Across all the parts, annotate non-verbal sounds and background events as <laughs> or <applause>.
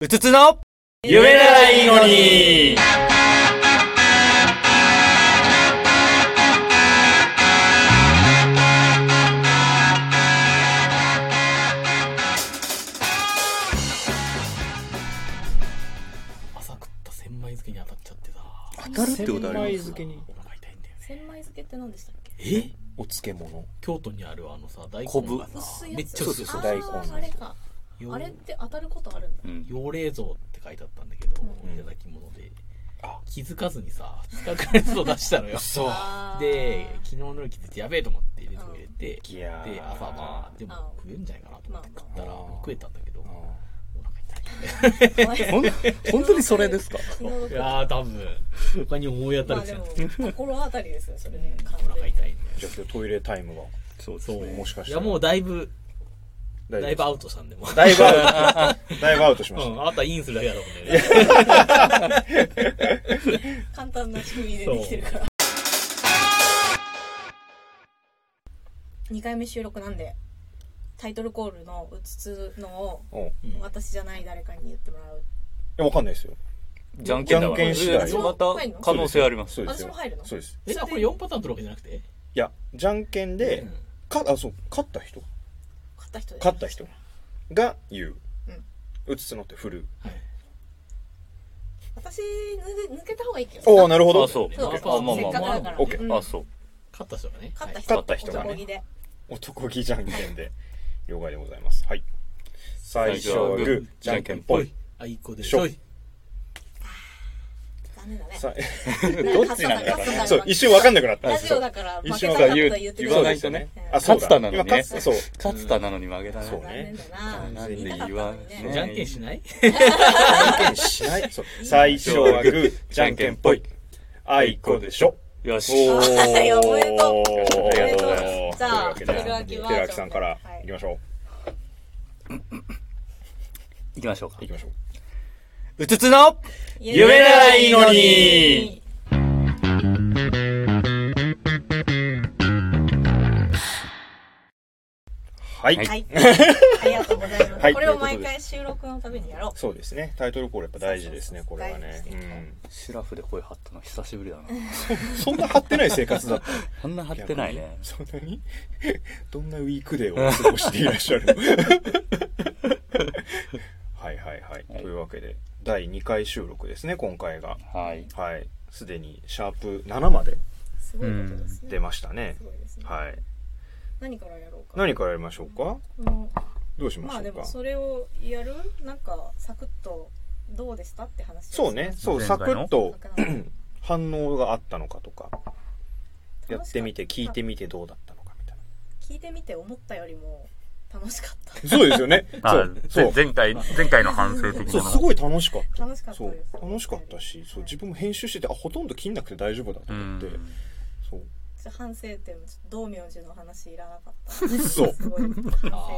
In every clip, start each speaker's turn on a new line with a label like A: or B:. A: うつつの
B: 夢ならいいのに
A: 朝食った千枚漬けに当たっちゃってさ
B: 当たるってことあります
C: 千枚漬けに
A: お腹痛いんだよね
D: 千枚漬けって何でしたっけ
A: え
C: お漬物
A: 京都にあるあのさ大
C: 昆
A: 根
C: 布
A: がさ
D: 薄いやつ
A: めっちゃ薄い
C: そうそうそ
D: あ
C: う
D: ー
C: 大根のやつ
D: あれか
A: よ
D: あれって当たることあるんだ
B: うん
A: 幼霊像って書いてあったんだけど、
D: うん
A: いただき物で
C: あ
A: 気づかずにさ2日くらい外出したのよ
C: そう
D: あー
A: で昨日の夜気づいてやべえと思って冷凍庫入れて
C: いやー
A: で朝まあでも食えるんじゃないかなと思って食ったら
C: あー
A: 食えたんだけどお腹痛い
D: かわい
B: ほ
D: そ
B: ん
D: う
B: 本当にそれですか
D: <laughs> 気の毒
A: いやー多分他に思い当た
D: ま
A: る
D: あ
A: 節
D: で
A: あ
D: も
A: る
D: 心当たりですよそれね完
A: お腹
D: 全に
A: 痛いんだよ
C: じゃあ今日トイレタイムが
B: そうで
A: そう
C: もしかした
A: い
C: ら
A: やもうだいぶ
C: 大
A: だいぶアウトしたんでもう
C: だいぶアウトだいぶアウトしまし
A: う
C: た
A: ん、あとはインするだけだと思うんだよね。
D: 簡単な仕組みでできてるから2回目収録なんでタイトルコールのうつつのを
C: うんい
D: 私じゃない誰かに言ってもらう
C: やわかんないですよ
B: じゃんけんだから
C: じゃんけん次第
B: えーまた可能性あります
C: そうですよ
D: 私も入るの
C: そうです
A: え、じゃあこれ4パターン取るわけじゃなくて
C: いやじゃんけんで
A: うん
C: かあそう勝った人
D: 勝った人で
C: 勝った人が言う
D: うん
C: うつつのって振る
D: 私抜け抜けた方がいいけど
C: おおなるほど
B: あそう
D: そう
A: まあまあまあまあ
D: せっかくだから
B: オッケ
D: う
B: ー
D: ん
B: あそう
A: 勝った人がね。
D: 勝った人
C: 勝った人がね
D: 男気で
C: 男気じゃんけんで了解でございますはい最初はグーじゃんけんぽ
A: はいい。あ、一個で。
C: しょ
A: しょい。
D: 残念だね
C: さ
B: どっちなんだろうね
C: <laughs> そう一瞬わかんなくなった
D: ラジオだから負
C: 一
D: け
C: 瞬
D: た
C: わ
D: かった
C: かんな
B: 言う
D: と言って
B: 言
D: た
B: わ
D: の
B: な
D: に
B: いとね
C: あそう
B: 勝っ
C: だ
B: たなのにね
C: 今勝つそう
B: 勝ったなのに負けたな
C: そう
D: 残
C: ね
D: 念だな
B: 残念で言わない
D: 言いたかったのに
B: ね
A: じゃんけんしない
C: じゃんけんし <laughs> ないそう最初はグーじゃんけんぽいあいこでしょ
B: よし
C: <laughs> お
D: はいおめでとう
B: ありがとうござ
C: います
D: じゃあ
C: とい
D: テ
C: うわけで
D: ルアキバージョンで
C: 寺脇さんから
D: はい
C: いきましょ
B: 行きましょうか
C: ういきましょう
A: うつつの
B: 夢ならいいのに
C: はい
B: はい
D: はいありがとうございま
C: はい
D: すこれを
C: という
D: 毎
C: ことで
D: 回収録のたびにやろう
C: そうですねタイトルコールやっぱ大事ですね
D: そ
C: こ
D: うそうそう
C: れは
D: 大事
C: ね
D: にしていきたい
B: シラフで声張ったの久しぶりだな
C: うんそんな張ってない生活だった
B: こんな <laughs> 張ってないね
C: そんなに <laughs> どんなウィークデーをお過ごしていらっしゃるのはいはいはい、
B: はい
C: というわけで第2回収録ですね今回が
B: はい
C: はいすでにシャープ7まです
D: ごいことですね
C: 出ましたね
D: すごいですね
C: はい
D: 何からやろうか
C: 何からやりましょうか
D: この
C: どうしま
D: ま
C: しょ
D: あ
C: う
D: で
C: か、
D: もそれをやるなんかサクッとどうでしたって話を
C: そうね
D: し
C: そう
B: 前
C: サ
B: 回
C: ク
B: の
C: ッと
D: ます
C: 反応があったのかとかや
D: 楽
C: っ
D: しか
C: てみて聞いてみてどうだったのかみたいな
D: 聞いてみて思ったよりも楽しかった
C: そうです
B: <laughs>
C: よねそうそう
B: 前回前回の反省的
C: そうすごい <laughs> 楽しかった
D: 楽しかった
C: そう
D: です
C: 楽しかったしそう自分も編集しててあほとんど切んなくて大丈夫だと
B: う
C: 思
B: ん
C: ってそう
D: ちょっと反省点もちょっと道明寺の話いらなかったな
C: 嘘
D: <laughs> すごい反省
A: あ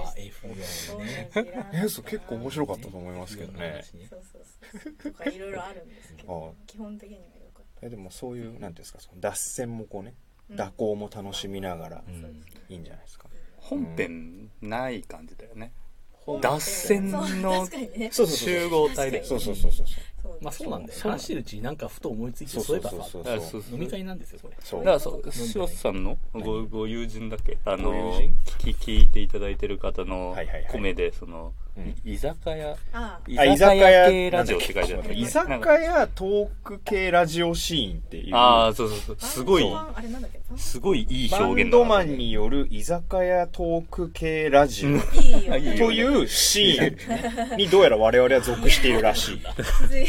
D: して
A: ー、F
D: 道
A: がね。
D: 明寺いらなかったな
C: えそう結構面白かったと思いますけどね
D: そうそうそうそうとかいろいろあるんですけど
C: あ
D: 基本的にはよかった
C: えでもそういうなんていうんですかその脱線もこうね、
D: うん
C: 蛇行も楽しみながら、
A: うん
C: いいんじゃないですか
B: 本編ない感じだよね
D: 本編
B: 脱線の
D: そう確かにね
C: そうそうそう
B: 集合体で
C: そうそうそうそう
D: そう
A: まあそうなんだよ。
B: そう
A: 話してるうちになんかふと思いついて、
C: そう
A: そう
C: そ
A: いうえば
C: そう
A: さ、
C: そう
B: だからそう
A: 飲み会なんですよ、これ。
C: そう
B: だからそう塩瀬さんのごご友人だっけあ
C: ご友
B: の
C: 人
B: 聞聞いていただいてる方の
C: はいはいはい
B: 米でその
C: うん
B: い居酒屋
D: ああ
B: 居酒屋系ラジオって書いてあった
C: 居酒
B: なんか
C: 屋トーク系ラジオシーンっていう
B: ああそうそうそうすごい
D: バンドマンあれなんだっけバン
B: すごいいい
C: バ
B: 表
C: ン
B: 現だ
C: ド
B: な
C: マンによる居酒屋トーク系ラジオ
D: ドいいよ
B: いいよ
C: というシーンにどうやら我々は属しているらしい。
B: <laughs>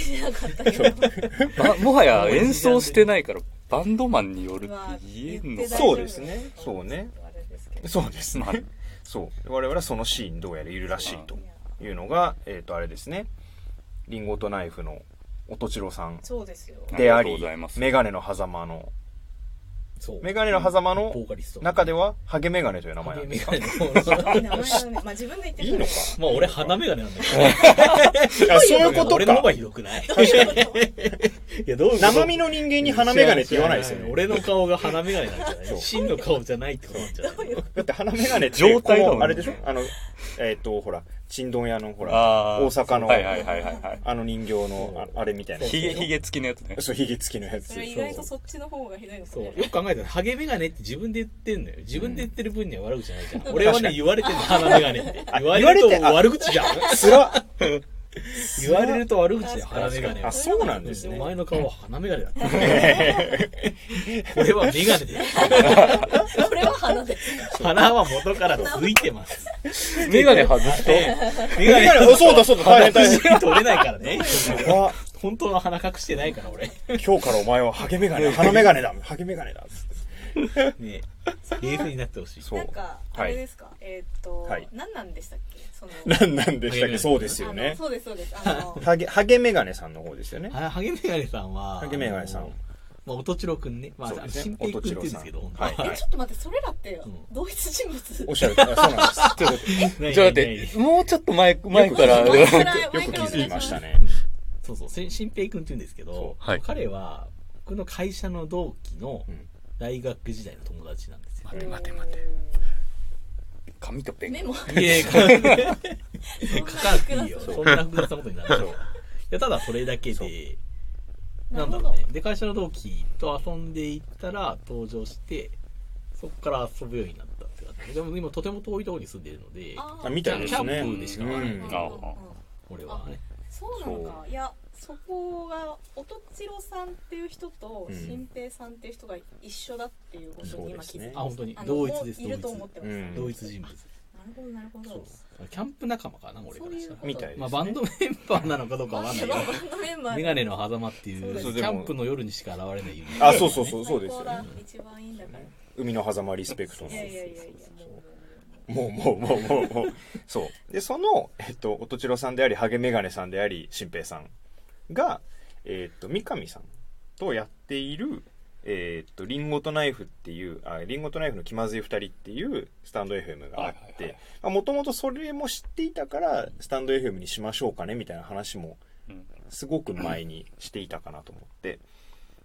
D: 気づいてなかったけど
B: ば <laughs> もはや演奏してないからバンドマンによるって言えんの
D: まあ
B: か
C: そうですねそうね
D: あれですけど
C: そうです
B: まあ
C: ね。 <laughs> そう。我々はそのシーンにどうやらいるらしいというのが、えっ、と、あれですね。リンゴとナイフの音千郎さん
D: そうですよ
C: であ
B: ありがとう
C: り
B: ございま、す
C: メガネの狭間の、
A: そう。
C: メガネの狭間の
A: ボーカリスト。
C: 中では、ハゲメガネという名前なん
A: メ
C: です
A: ガ
C: か
A: ネ <laughs>
D: 名
A: の。
D: 前はねまあ自分で言って
C: いいのか
A: まあ俺、鼻メガネなんだけど。
C: <laughs> あそういうこと
A: 俺の方が
C: か。
A: ひどくないいや、どういうこと
C: 生身の人間に鼻メガネって言わないですよね。
A: 俺の顔が鼻眼鏡なんじゃない真の顔じゃないってことなんじゃない
C: だって鼻メガネって
B: 状態だもん
C: このあれでしょあの、えっ、と、ほら、ちんどん屋のほら
B: あー
C: 大阪の、
B: はいはいはいはいはい
C: あの人形のああれみたいな
B: ひげひげ付きのやつね
C: そうひげ付きのやつ
D: それ意外とそっちの方がひどいのか
A: そう
D: も
A: よ
D: ね
A: く考えたらハゲメガネって自分で言ってんのよ自分で言ってる分には悪口じゃないじゃん、
D: うん
A: 俺は
C: 確か
A: ね
C: に
A: 言われてんの鼻メガネって
C: あ
A: 言われる
C: 言われて
A: と
C: あ
A: 悪口じゃん
C: すらっ
A: 言われると悪口だよ
D: 確かに
A: 鼻メガネ
C: あ
A: は
C: そうなんですね
A: お前の顔は鼻メガネだって俺はメガネで
D: これは鼻です
A: 鼻は元からついてます
B: メガネ外すと
A: メガ
C: あそうだそうだ大変大変
A: 鼻取れないからね
C: あ
A: 本当の鼻隠してないから俺
C: 今日からお前はハゲメガネ鼻メガネだハゲメガネだつって
A: ね冷静になってほしい
C: そう
D: なんかあれですか、えーっと、
C: はい
D: 何なんでしたっけその
C: 何なんでしたっけそうですよ
D: あの
C: ね
D: そうですそうですあの
C: ハゲハゲメガネさんの方ですよね
A: はハゲメガネさんは
C: ハゲメガネさん
A: あのまあ音千代くんねまあ
C: そうですね
A: 新平くんって言うんですけど
C: 音千代さん
D: えちょっと待ってそれらって
A: ん
D: 同一人物
C: おっしゃるあそうなんです
A: ね
B: <laughs>
A: <laughs>
B: ちょっと待って、もうちょっと前、前
C: よく
B: から。
D: 前から
B: は
C: よく気づきましたね
A: そうそうせ新平くんって言うんですけど、
B: そうはい
A: 彼は僕の会社の同期の
C: うん
A: 大学時代の友達なんですよ、
B: い待て待て。紙とペン
D: メ。
A: <laughs>
D: モ
A: いや書か
D: 書
A: なくていいよそんな複雑なことになるでしょいやただそれだけ
C: そう
A: でなんだろうねで会社の同期と遊んでいったら登場してそこから遊ぶようになったって感じでも今とても遠いところに住んでるので
D: あ
C: あ見たいですね
A: キャンプでしか
C: う
D: うん
C: ん
D: うん
B: あ
A: 俺はね
D: そうなのかいやそこが音千代さんっていう人と
C: うん
D: 新平さんっていう人が一緒だっていうことに今気づい
C: そうですね
D: た
A: あ本当に
D: あの
A: 同一です
D: もういると
A: 同
D: 思っ
A: 一
D: てました、
C: うん
A: 同一人物
D: なるほどなるほ
A: そう
D: ど
A: キャンプ仲間かな俺からしたら
D: そういう
C: みたいです、ね、
A: まあ、バンドメンバーなのかどうか
D: バ
A: わかん
D: ン
A: ない
D: ド
A: け
D: バ
A: ど
D: ンドメンバー
A: メガネの狭間ってい
D: そう
A: う
D: で
A: キ
D: す
A: ャンプの夜にしか現れないユニット
C: あそうそうそうそう
D: 最
C: ですよ
D: 高だ
C: ね
D: 一番いいんだから
C: 海の狭間リスペクトの
D: いやいやいやいやもう
C: もうもうもうもうもうそうでそのえっと音千代さんでありハゲメガネさんであり新平さんがえっと三上さんとやっているえっとリンゴとナイフっていうあリンゴとナイフの気まずい二人っていうスタンド FM があっ
B: はいはいは
C: て
B: い
C: もともとそれも知っていたからスタンド FM にしましょうかねみたいな話も
B: うん
C: すごく前にしていたかなと思って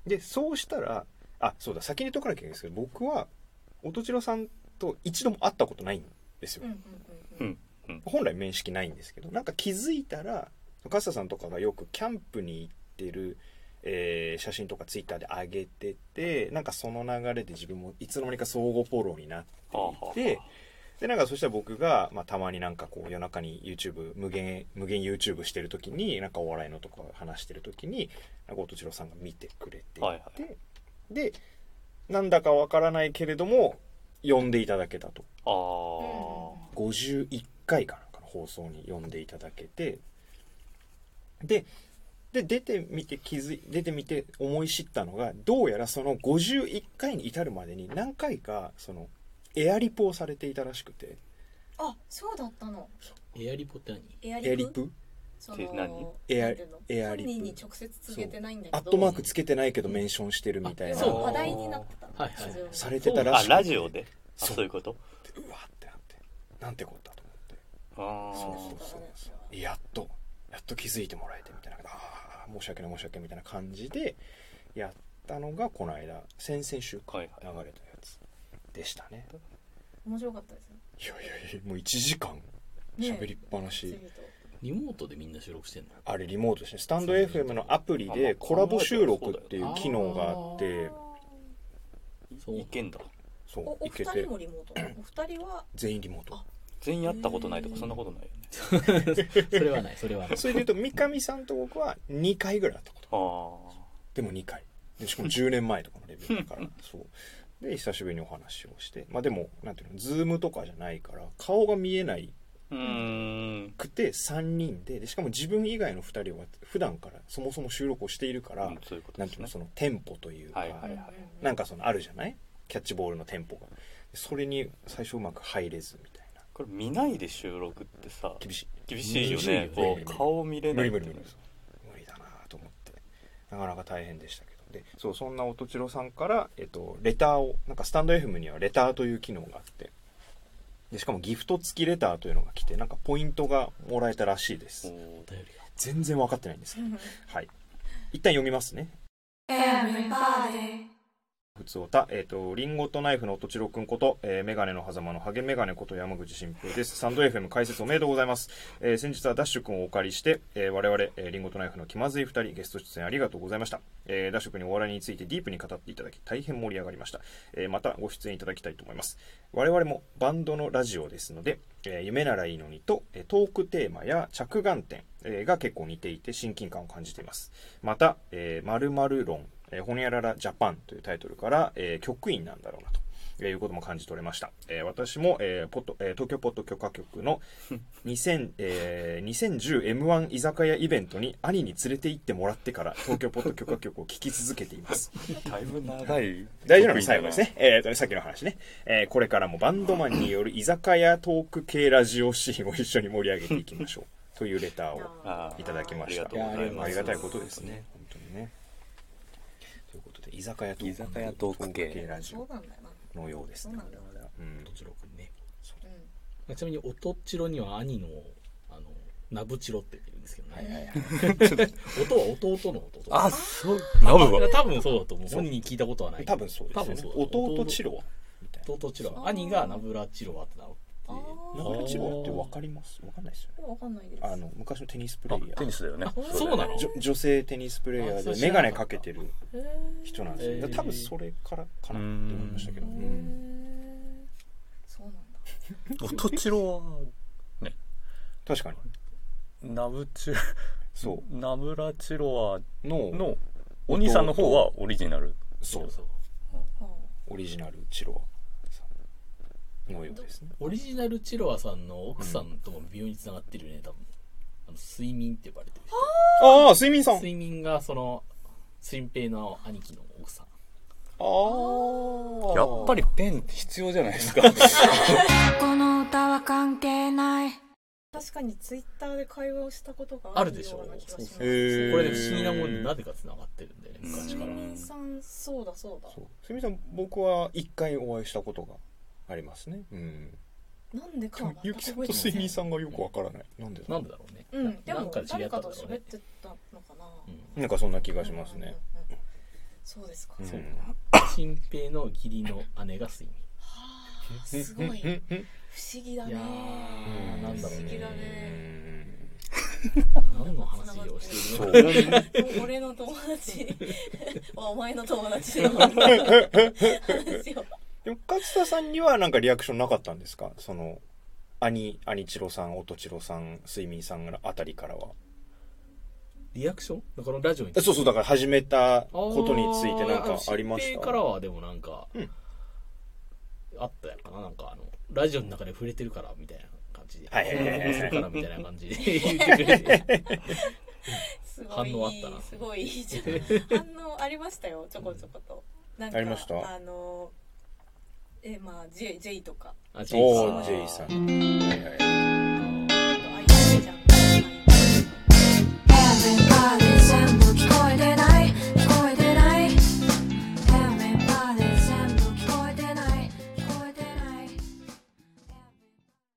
C: でそうしたらあそうだ先に言っとかなきゃいけないんですけど僕は音千代さんと一度も会ったことないんですよ、
D: うんうんう
B: うんん。うん。
C: 本来面識ないんですけどなんか気づいたら笠さんとかがよくキャンプに行ってる、えー写真とかツイッターで上げててなんかその流れで自分もいつの間にか相互フォローになって
B: はあ
C: い
B: は
C: て、でなんかそしたら僕が、まあ、たまになんかこう夜中に YouTube 無限無限 YouTube してる時になんかお笑いのとか話してる時になんか音千代さんが見てくれていて、
B: はいは
C: でなんだかわからないけれども呼んでいただけたと
B: あ
C: 51回かなんかの放送に呼んでいただけてでで出てみて気づい出てみて思い知ったのがどうやらその51回に至るまでに何回かそのエアリポをされていたらしくて
D: あそうだったの
A: エアリポって何
D: エアリ
C: エ
D: プ
C: アリプ
D: そ
B: って何
D: の
C: エア
D: なんていうの
C: エアリプ
D: 本人に直接告げてないんだけど
C: アットマークつけてないけどメンションしてるみたいな
A: あ
D: そう
A: そ
D: 話題になってたの
A: はいはい
D: 非常に
C: されてたら
B: あ。あ、
C: しくて
B: ラジオで。あ
C: そう
B: そういうこと
C: うわってなってなんてことだと思って
B: あ
C: そう
B: あ。
C: そうそうそうやっとやっと気づいてもらえてみたいなああ申し訳ない申し訳ないみたいな感じでやったのがこの間先々週か
B: はい
C: 流れたやつでしたね
D: 面白かったですよ
C: いやいやいやもう1時間
D: ね
C: 喋りっぱなし、
D: 不思議と
A: リモートでみんな収録してんの
C: あれリモートですねスタンド FM のアプリでコラボ収録っていう機能があって
A: そう
B: いけんだ。
C: そ
D: お
C: う
D: お
C: いけ
D: 二
C: て
D: 人もリモートなのお二人は
C: 全員リモート
B: 全員会ったことないとか、そんなことないよね。
A: それはないそれはない
C: それでいうと三上さんと僕は2回ぐらいあったこと
B: あ
C: でも2回でし <laughs> かも10年前とかのレベルだからそうで久しぶりにお話をしてまあでもなんていうのズームとかじゃないから顔が見えない
B: あ。うーん。
C: くて3人ででしかも自分以外の2人は普段からそもそも収録をしているから、
B: うんそういうこと
C: なん
B: で
C: てい
B: す
C: う
B: ね
C: の。そのテンポというか、
B: はいはいはい。
C: なんかそのあるじゃないキャッチボールのテンポがそれに最初うまく入れずみたいな
B: これ見ないで収録ってさ、
C: 厳しい
B: 厳しいよ
A: 厳しいよ
B: ね
A: ね。
B: こう、顔見れ
C: 無
B: ない
C: 理
B: って
C: 無
B: いう
C: 理
B: の。
C: 無理無理だなと思ってなかなか大変でしたけどでそうそんな音千代さんから、えっと、レターをなんかスタンド FM にはレターという機能があってでしかもギフト付きレターというのが来てなんかポイントがもらえたらしいです
B: おー
A: お便りが
C: 全然分かってないんですけどはい一旦読みますね
E: Everybody.
C: ふつおた、えっ、と、リンゴとナイフの音千郎くんこと、えー、メガネの狭間のハゲメガネこと山口新平です。サンド FM 解説おめでとうございます。えー先日はダッシュくんをお借りして、えー我々、えーリンゴとナイフの気まずい二人、ゲスト出演ありがとうございました。えーダッシュくんにお笑いについてディープに語っていただき、大変盛り上がりました。えーまたご出演いただきたいと思います。我々もバンドのラジオですので、えー夢ならいいのにと、えートークテーマや着眼点、えーが結構似ていて親近感を感じています。また、えー、〇〇論、えーほにゃららジャパンというタイトルから、えー局員なんだろうなと。えーいうことも感じ取れました。えー私も、えーポッドえー東京ポッド許可局の2000えー 2010M1 居酒屋イベントに兄に連れて行ってもらってから東京ポッド許可局を聞き続けています。
B: だいぶ長い。
C: 大事なのは最後です。ね。えーとね、さっきの話ね。えーこれからもバンドマンによる居酒屋トーク系ラジオシーンを一緒に盛り上げていきましょう。というレターを
B: あー
C: いただきました。
B: ありがとうございます
C: ありがたいことですね。本当にね。ということで、居酒屋トーク
B: 居酒屋トーク系
C: ラジ
D: そう
C: オ
D: なんだよな。
C: のようですね。
D: そうなんだ
C: うん
A: 音。千郎くんね。
D: う
A: まあちなみに音千郎には兄の、あの、ナブチロって言うんですけどね。 <laughs> 音は弟の弟。
B: あ、そう。ラブは。
A: 多分そうだと思う。
C: そう
A: 本人に聞いたことはない。
C: 多分そうです、ね。
A: 多分そうだ
C: 弟チロみたいな。
A: 弟チロ
D: あ
A: ワ。
D: ー
A: 兄がナブラチロワって名乗っ
D: ん。
A: て。
D: あ
C: 名
D: あ。
C: 前チロってわかりますわかんないですよね。
D: でもわかんないです。
C: あの、昔のテニスプレ
B: あ
C: イヤー。
B: テニスだよね。
A: あそうなの
C: 女女性テニスプレイヤ
A: あそ
C: ー
A: れ
C: で
A: 知
C: 眼
A: らなかった
C: 鏡かけてる
D: へー
C: 人なんですよ、
A: へー
C: 多分それからかなって思いましたけど、
D: へ
C: うん
D: ーそうなんだ。
B: 音チロ
C: 確かに
B: は、ナブチロ、
C: そ
B: ナブラチロは
C: うの
B: の、お兄さんの方はオリジナル。
C: そう
A: そう。
D: は
C: オリジナルチロワさんのようですね
A: オリジナルチロワさんの奥さんとも微妙に繋がってるよね、多分。あの、睡眠って呼ばれてる人。
C: ああ睡眠さんあ
A: 睡眠がその、新平の兄貴の奥さん。
C: あ
B: やっぱりペン必要じゃないですか。
E: この歌は関係ない
D: あ確かにツイッターで会話をしたことが
A: あ
D: あ
A: る
D: る
A: でしょ
D: ような気がします。
A: そう
C: そう
D: 睡
C: へー
A: これね、不思議なもんで、なぜか繋がってるんだよね、
B: うん
A: 昔から。
D: 眠さんそうだそうだ。
C: そう睡眠さん僕は一回お会いしたことがありますねうん
D: なんで
C: で
D: かは
C: も
D: 全
C: ゆ
D: く
C: きさん
D: 覚え
C: と
D: て
C: 睡眠
D: ない。
C: さんがよくわからないなんでだ
A: なんでだろうね。
D: うん、で
A: な
D: も
A: んかで知り
D: 誰
A: 合った
D: か
A: んだ
D: と喋
A: ろう
D: っ
A: ね。
D: てたのかな。
A: うん
C: なんかそんな気がしますね、
D: うんうんうん。そうですか。
C: うん
A: そう新平の義理の姉が睡眠。
D: はあ、すごい
C: うん
D: 不
C: うん
D: 思議だ
A: い
D: ね
A: や。ー、なんだろう
D: 不思議だ
A: ね。
C: うん
A: 何の話をしているのか。
D: 俺の友達
A: <laughs>
D: お前の友達の話を。
C: でも勝田さんにはなんかリアクションなかったんですかその兄兄チロさん音チロさん睡眠さんあたりからは
A: リアクションこのラジオに
C: そうそうだから始めた
A: あー
C: ことについてなんかありま
A: 新
C: し
A: 平
C: た
A: からはでもなんか、
C: うん
A: あったやんかななんかあのラジオの中で触れてるからみたいな感じで、
C: はいはいはいはい
A: こんなことするからみたいな感じで言ってくれて
D: すごい
A: 反応あったな
D: すごいいいじゃん反応ありましたよちょこちょことなんか
C: ありました
D: あのえまあ J, J とか
A: あジェイ
C: お
A: さ
C: お
A: ん
C: ジェイさんはいはい